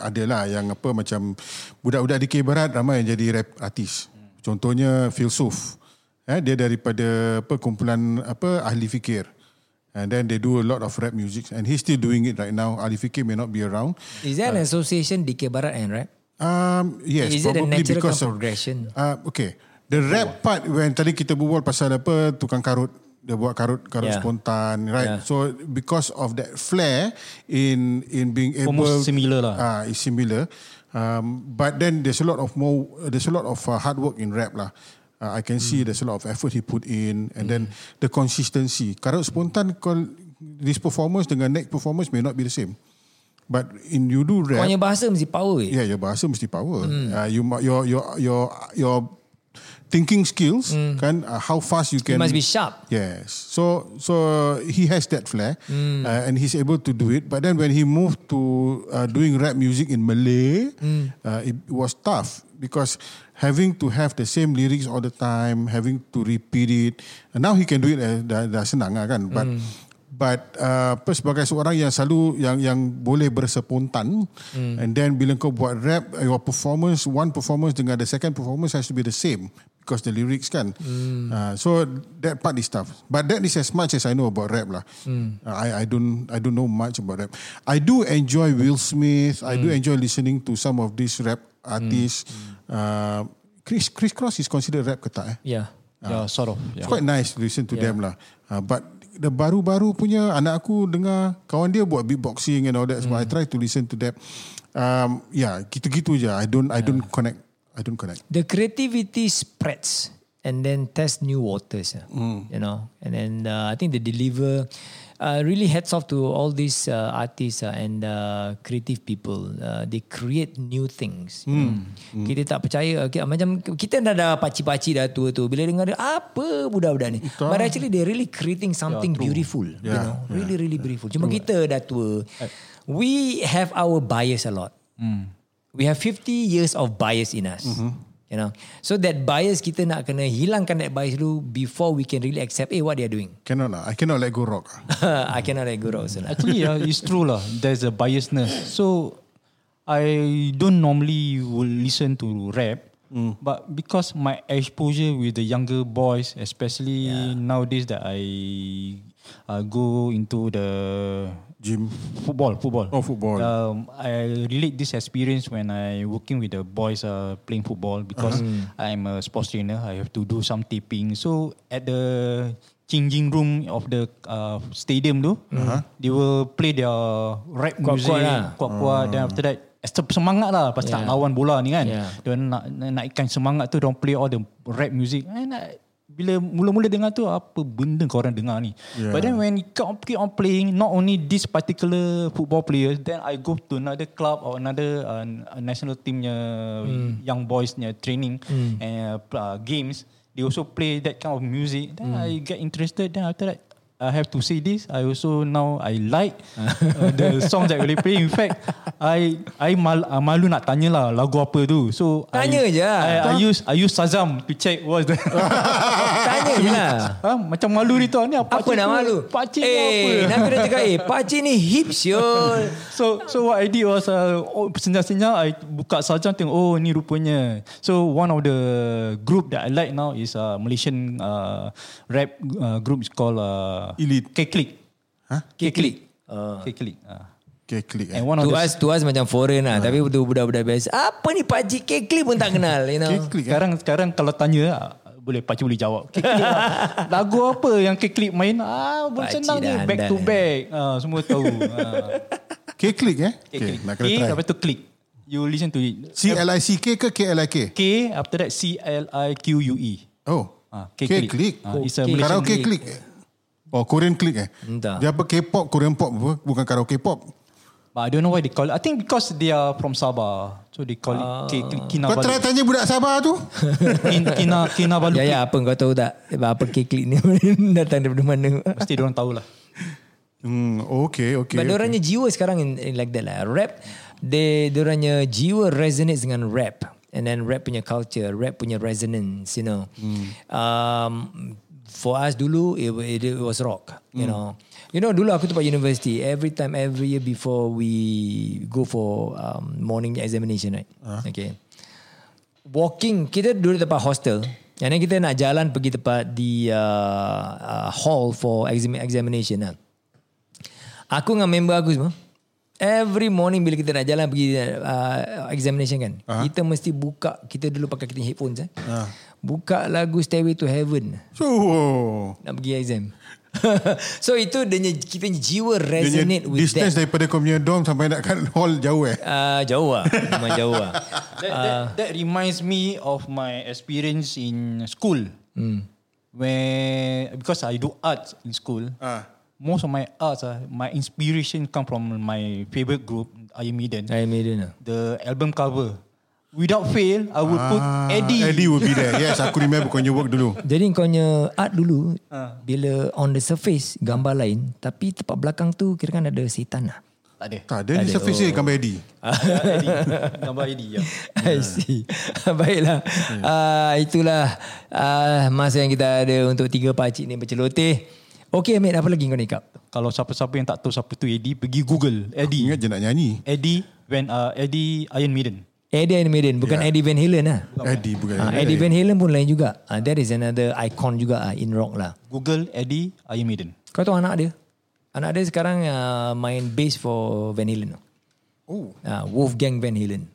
adalah yang apa macam budak-budak DK Barat ramai yang jadi rap artis. Contohnya Filsuf. Eh, dia daripada apa kumpulan apa ahli fikir. And then they do a lot of rap music and he's still doing it right now. Ahli fikir may not be around. Is there an association DK Barat and rap? Um, yes, Is it a probably natural because of progression? Uh, okay, the rap part when tadi kita berbual pasal apa tukang karut dia buat karut karut Yeah. yeah. spontan, right? Yeah. Yeah. So because of that flair in in being able Almost similar lah. Ah, uh, it's similar. Um, but then there's a lot of more. There's a lot of uh, hard work in rap lah. Uh, I can mm. see there's a lot of effort he put in, and mm. then the consistency. Karut spontan kalau this performance dengan next performance may not be the same. But in you do Kau rap, punya bahasa mesti power eh. Yeah, Ya, your bahasa mesti power. Mm. Hmm. Uh, you ma- your your your your thinking skills mm. kan uh, how fast you Hmm. You can must be sharp. Yes. So so he has that flair Hmm. mm. uh, and he's able to do it. But then when he moved to uh, doing rap music in Malay, mm. Hmm. uh, it was tough because having to have the same lyrics all the time, having to repeat it. And now he can do it uh, dah, dah senang lah kan. But Hmm. mm. But uh, apa sebagai seorang yang selalu yang yang boleh berspontan mm. and then bila kau buat rap your performance one performance dengan the second performance has to be the same because the lyrics kan. Mm. Uh, so that part is tough. But that is as much as I know about rap lah. Mm. Uh, I I don't I don't know much about rap. I do enjoy Will Smith. I do enjoy listening to some of these rap artists. Uh, Chris Chris Cross is considered rap ke tak eh? Yeah. yeah, sort of yeah. It's quite nice to listen to yeah. them lah. Uh, but the baru-baru punya anak aku dengar kawan dia buat beatboxing and all that. So Hmm. I try to listen to that. Um, yeah, gitu-gitu je. I don't, I don't connect. I don't connect. the creativity spreads and then test new waters ah, you know and then uh, i think the deliver uh, really hats off to all these uh, artists ah, and uh, creative people uh, they create new things you know. kita tak percaya okay, macam kita dah dah paci-paci dah tua tu bila dengar dia, apa budak-budak ni but actually they really creating something beautiful you know really really beautiful cuma kita dah tua we have our bias a lot we have 50 years of bias in us. You know, so that bias kita nak kena hilangkan that bias dulu before we can really accept eh what they are doing. Cannot lah. I cannot let go rock. I cannot let go also lah. Actually, yeah, it's true lah. There's a biasness. So, I don't normally will listen to rap. Hmm. But because my exposure with the younger boys, especially nowadays that I uh, go into the Gym. football, football. Oh, football. Um, I relate this experience when I working with the boys uh, playing football because I'm a sports trainer. I have to do some taping. So at the changing room of the uh, stadium tu, they will play their rap Kuat-kuat music, lah. kuat-kuat. Then after that, Extra semangat lah Pasal yeah. Yeah. nak lawan bola ni kan Yeah. yeah. Diorang nak, nak naikkan semangat tu Diorang play all the rap music I nak, Bila mula-mula dengar tu Apa benda korang dengar ni yeah. But then when you come- keep on playing Not only this particular football player Then I go to another club Or another uh, national team punya Young boys punya training And uh, games They also play that kind of music Then I get interested Then after that I have to say this. I also now I like uh, the songs that we play. In fact, I I mal, uh, malu nak tanya lah lagu apa tu. So Tanya I, je. lah. I, I use I use Shazam to check what's the. Tanya je lah. ha, macam malu ni tu ni apa? Apa nak malu? Pakcik eh, ni apa? Nabi dah cakap, eh, pakcik ni hip syol. So so what I did was uh, oh, senyap-senyap I buka Shazam tengok oh ni rupanya. So one of the group that I like now is uh, Malaysian uh, rap uh, group is called uh, Elite. K-Click. Huh? Klik. Uh, K-Click. Uh. Okay, click. Eh. And one of to the us, to us macam foreign lah. Tapi betul budak-budak biasa. Apa ni pakcik Klik pun tak kenal, you know. Okay, click. Eh. Ya. Sekarang sekarang kalau tanya ah, boleh Pakcik boleh jawab. K-Click lah. Lagu apa yang K-Click main? Ah, boleh Pakcik senang je dah back to handal. back. Ah, semua tahu. Ah. Okay, click eh. Okay, K-Click. nak K kena lepas try. tu click. You listen to it. C-L-I-C-K ke K-L-I-K? K after that C L I Q U E. Oh. Ah, K-click. K-click. Ah, it's a Malaysian Mm, Karaoke click. click. eh? Oh, Korean click eh? Entah. Dia apa K-pop, Korean pop apa? Bukan karaoke pop. But I don't know why they call it. I think because they are from Sabah. So they call it K-Click Ah. Kau try Kinabalu. tanya budak Sabah tu. Kin- Kina Kinabalu. Ya, ya, click. apa kau tahu tak? Apa Klik ni datang daripada mana? Mesti orang tahu lah. Hmm, okay, okay. But dorangnya jiwa sekarang in, in like that lah. Rap, they dorangnya jiwa resonates dengan Hmm. rap. And then rap punya culture, rap punya resonance, you know. Um, for us dulu it, wa- it, it was rock you Hmm. know you know dulu aku tempat university every time every year before we go for um, morning examination right Uh-huh. okay walking kita dulu tempat hostel and then kita nak jalan pergi tempat di uh, uh, hall for exam- examination lah Aku dengan member aku semua Every morning bila kita nak jalan pergi uh, examination kan uh-huh. Kita mesti buka Kita dulu pakai kita headphones eh. uh. Ha. Buka lagu Stairway to Heaven So, Nak pergi exam So itu dia, punya- kita punya jiwa dia punya resonate with distance that daripada kau punya dorm sampai nak kat hall jauh eh. uh, Jauh lah Memang jauh lah That, that, that reminds me of my experience in school. Where because I do arts in school, Ah. most of my arts, ah, my inspiration come from my favorite group, Iron Maiden. I Maiden lah The album cover. Without fail, I would put Eddie. Ah, Eddie will be there. Yes, aku remember kau punya work dulu. Jadi kau punya art dulu Ha. Bila on the surface Gambar lain Tapi tempat belakang tu Kira kan ada setan lah Tak ada. Tak, dia ni surface je gambar Eddie. Eddie. Gambar Eddie. Ya. I see. Baiklah. Ya. Uh, itulah uh, masa yang kita ada untuk tiga pakcik ni berceloteh. Okey Amit, apa lagi kau nak ikat? Kalau siapa-siapa yang tak tahu siapa tu Eddie, pergi Google Eddie. Ingat je nak nyanyi. Eddie when uh, Eddie Iron Maiden. Eddie and Maiden, bukan Ya. Eddie Van Halen lah. Eddie bukan. Ah, Eddie Van Halen pun lain juga. Ah, that is another icon juga ah, in rock lah. Google Eddie Iron Maiden. Kau tahu anak dia? Anak dia sekarang uh, main bass for Van Halen. Oh. Uh, Wolfgang Van Halen.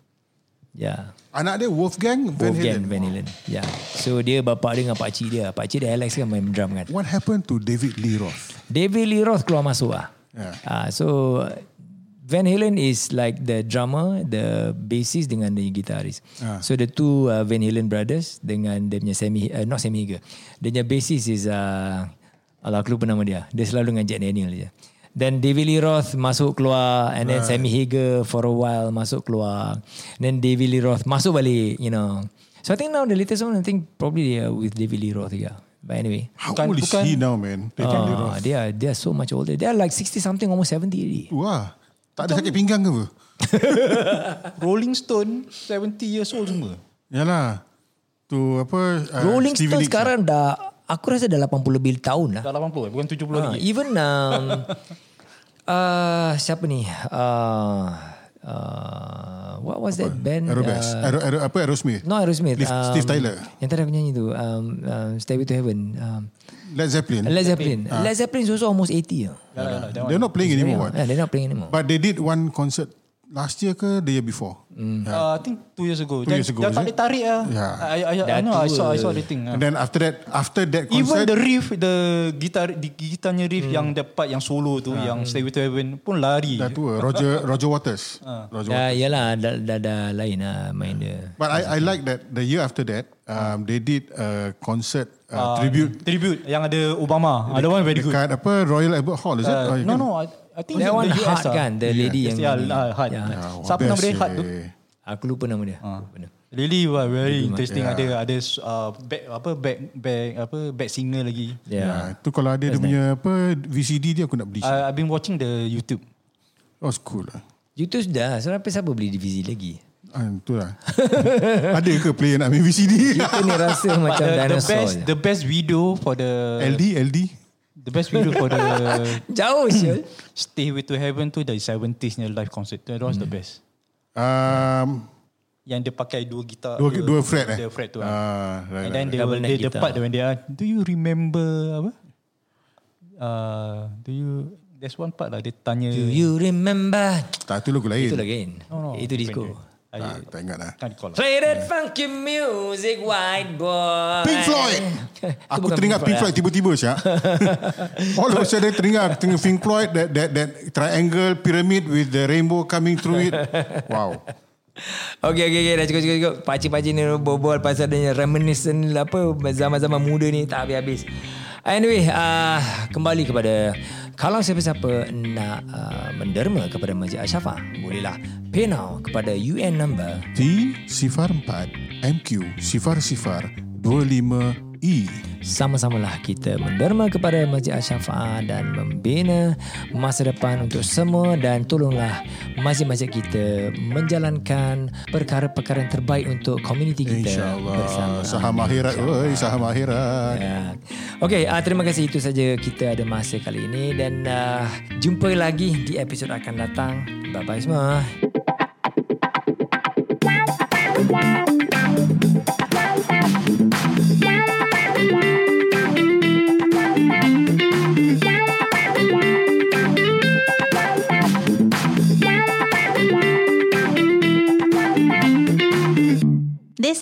Ya. Yeah. Anak dia Wolfgang Van Wolfgang Halen. Van Halen. Ya. Yeah. So dia bapak dia dengan pakcik dia. Pakcik dia Alex kan main drum kan. What happened to David Lee Roth? David Lee Roth keluar masuk ah. Ya. Ah, so Van Halen is like the drummer, the bassist dengan the guitarist. Ah. So the two uh, Van Halen brothers dengan dia punya Sammy, uh, not Sammy Hagar. Dia punya bassist is, uh, alah aku lupa nama dia. Dia selalu dengan Jack Daniel je. Then David Lee Roth masuk keluar and then Sammy Hagar for a while masuk keluar. Then David Lee Roth masuk balik, you know. So I think now the latest one I think probably uh, with David Lee Roth juga. But anyway. How Bukan- old is bukan- he now, man? David Lee Roth. Ah, they are they are so much older. They are like 60 something, almost 70 already. Wah, lah. tak ada sakit pinggang ke apa? Ah. Rolling Stone 70 years old semua. Yalah. Tu apa? Uh, Rolling Stevie Stone Nicks. sekarang dah aku rasa dah 80 lebih tahun lah. Dah 80 eh, bukan Ah, 70 lagi. even um, uh, siapa ni? Uh, uh, what was that band? Aerobes. Uh, Aero, aero, apa Aerosmith? no Aerosmith. Um, Leif- Steve Tyler. Yang tadi aku nyanyi tu. Um, um, Stairway to Heaven. Um, Led Zeppelin. Led Zeppelin. Led Zeppelin is also almost 80. Yeah. Dah, dah, dah, dah. They're not playing anymore. Ah. Oh, What? Yeah, they're not playing anymore. But they did one concert last year ke the year before. Mm. Uh, I think two years ago. Two Dah- years ago, is Dah tak it? Ya. ditarik lah. Yeah. I, I, I, Dah I know, I tua. saw, I saw the thing. ah. And then after that, after that Even concert, the riff, the guitar, the gitarnya Hmm. riff yang dapat yang solo tu, Ah, yang Stay With Heaven pun lari. dah tua Roger Roger Waters. Ah. Roger Ya, yalah dah, dah, dah lain lah main dia. But I, I like that the year after that, um, they did a concert uh, tribute Tribute yang ada Obama. Ada one very Ah, good. dekat apa Royal Albert Hall, is it? Uh, Oh, you no, can- no. I, I think That it's one the US hard ah. kan The lady Yes, yang yeah, uh, hard. Yeah. Oh, Siapa nama best, dia hard tu? eh. Aku lupa nama dia Ah. uh. Really wah, very interesting. Ada ada uh, back, apa back back apa back singer lagi. Yeah. Ah, tu kalau ada dia punya apa VCD dia aku nak beli. I, Ah, I've been watching the YouTube. oh, it's cool lah. YouTube sudah Sekarang apa siapa beli DVD lagi Ah, tu lah. ada ke player nak main VCD? Kita ni rasa But macam the, the dinosaur best je. the best video for the LD, LD. the best video for the Jauh Hmm. Syul Stay With To Heaven tu dari 70s nya live concert. That was Hmm. the best. Um, Yang dia pakai dua gitar. dua, dua fret eh? Ah. Dua fret tu. ah. Ah, right, And right. then they Double will, neck they, the guitar. part when they are, do you remember apa? Uh, do you, there's one part lah dia tanya. Do you remember Tak, tu lagu lain. Itu lagi kan Itu disco Ah, tak ingat lah. Can't recall lah. Play that funky music white boy Pink Ah, Floyd. eh. Itu Aku bukan eh. teringat Pink Floyd tiba-tiba syak. All of a sudden teringat tengah Pink Floyd that that that triangle pyramid with the rainbow coming through it. Wow. Okay, okay, okay. Dah cukup, cukup, cukup. Pakcik-pakcik ni berbual pasal dia punya reminiscent apa zaman-zaman muda ni tak habis-habis. Anyway, uh, kembali kepada kalau siapa-siapa nak uh, menderma kepada Masjid Asyafa, bolehlah pay now kepada UN number T sifar 4 MQ sifar sifar 25 E. Sama-samalah kita menderma kepada Masjid Asyafa dan membina masa depan untuk semua dan tolonglah masjid-masjid kita menjalankan perkara-perkara yang terbaik untuk komuniti kita InsyaAllah. bersama. Saham akhirat. Oi, saham akhirat. Ya. Okay, uh, terima kasih itu saja kita ada masa kali ini dan uh, jumpa lagi di episod akan datang. Bye bye semua. This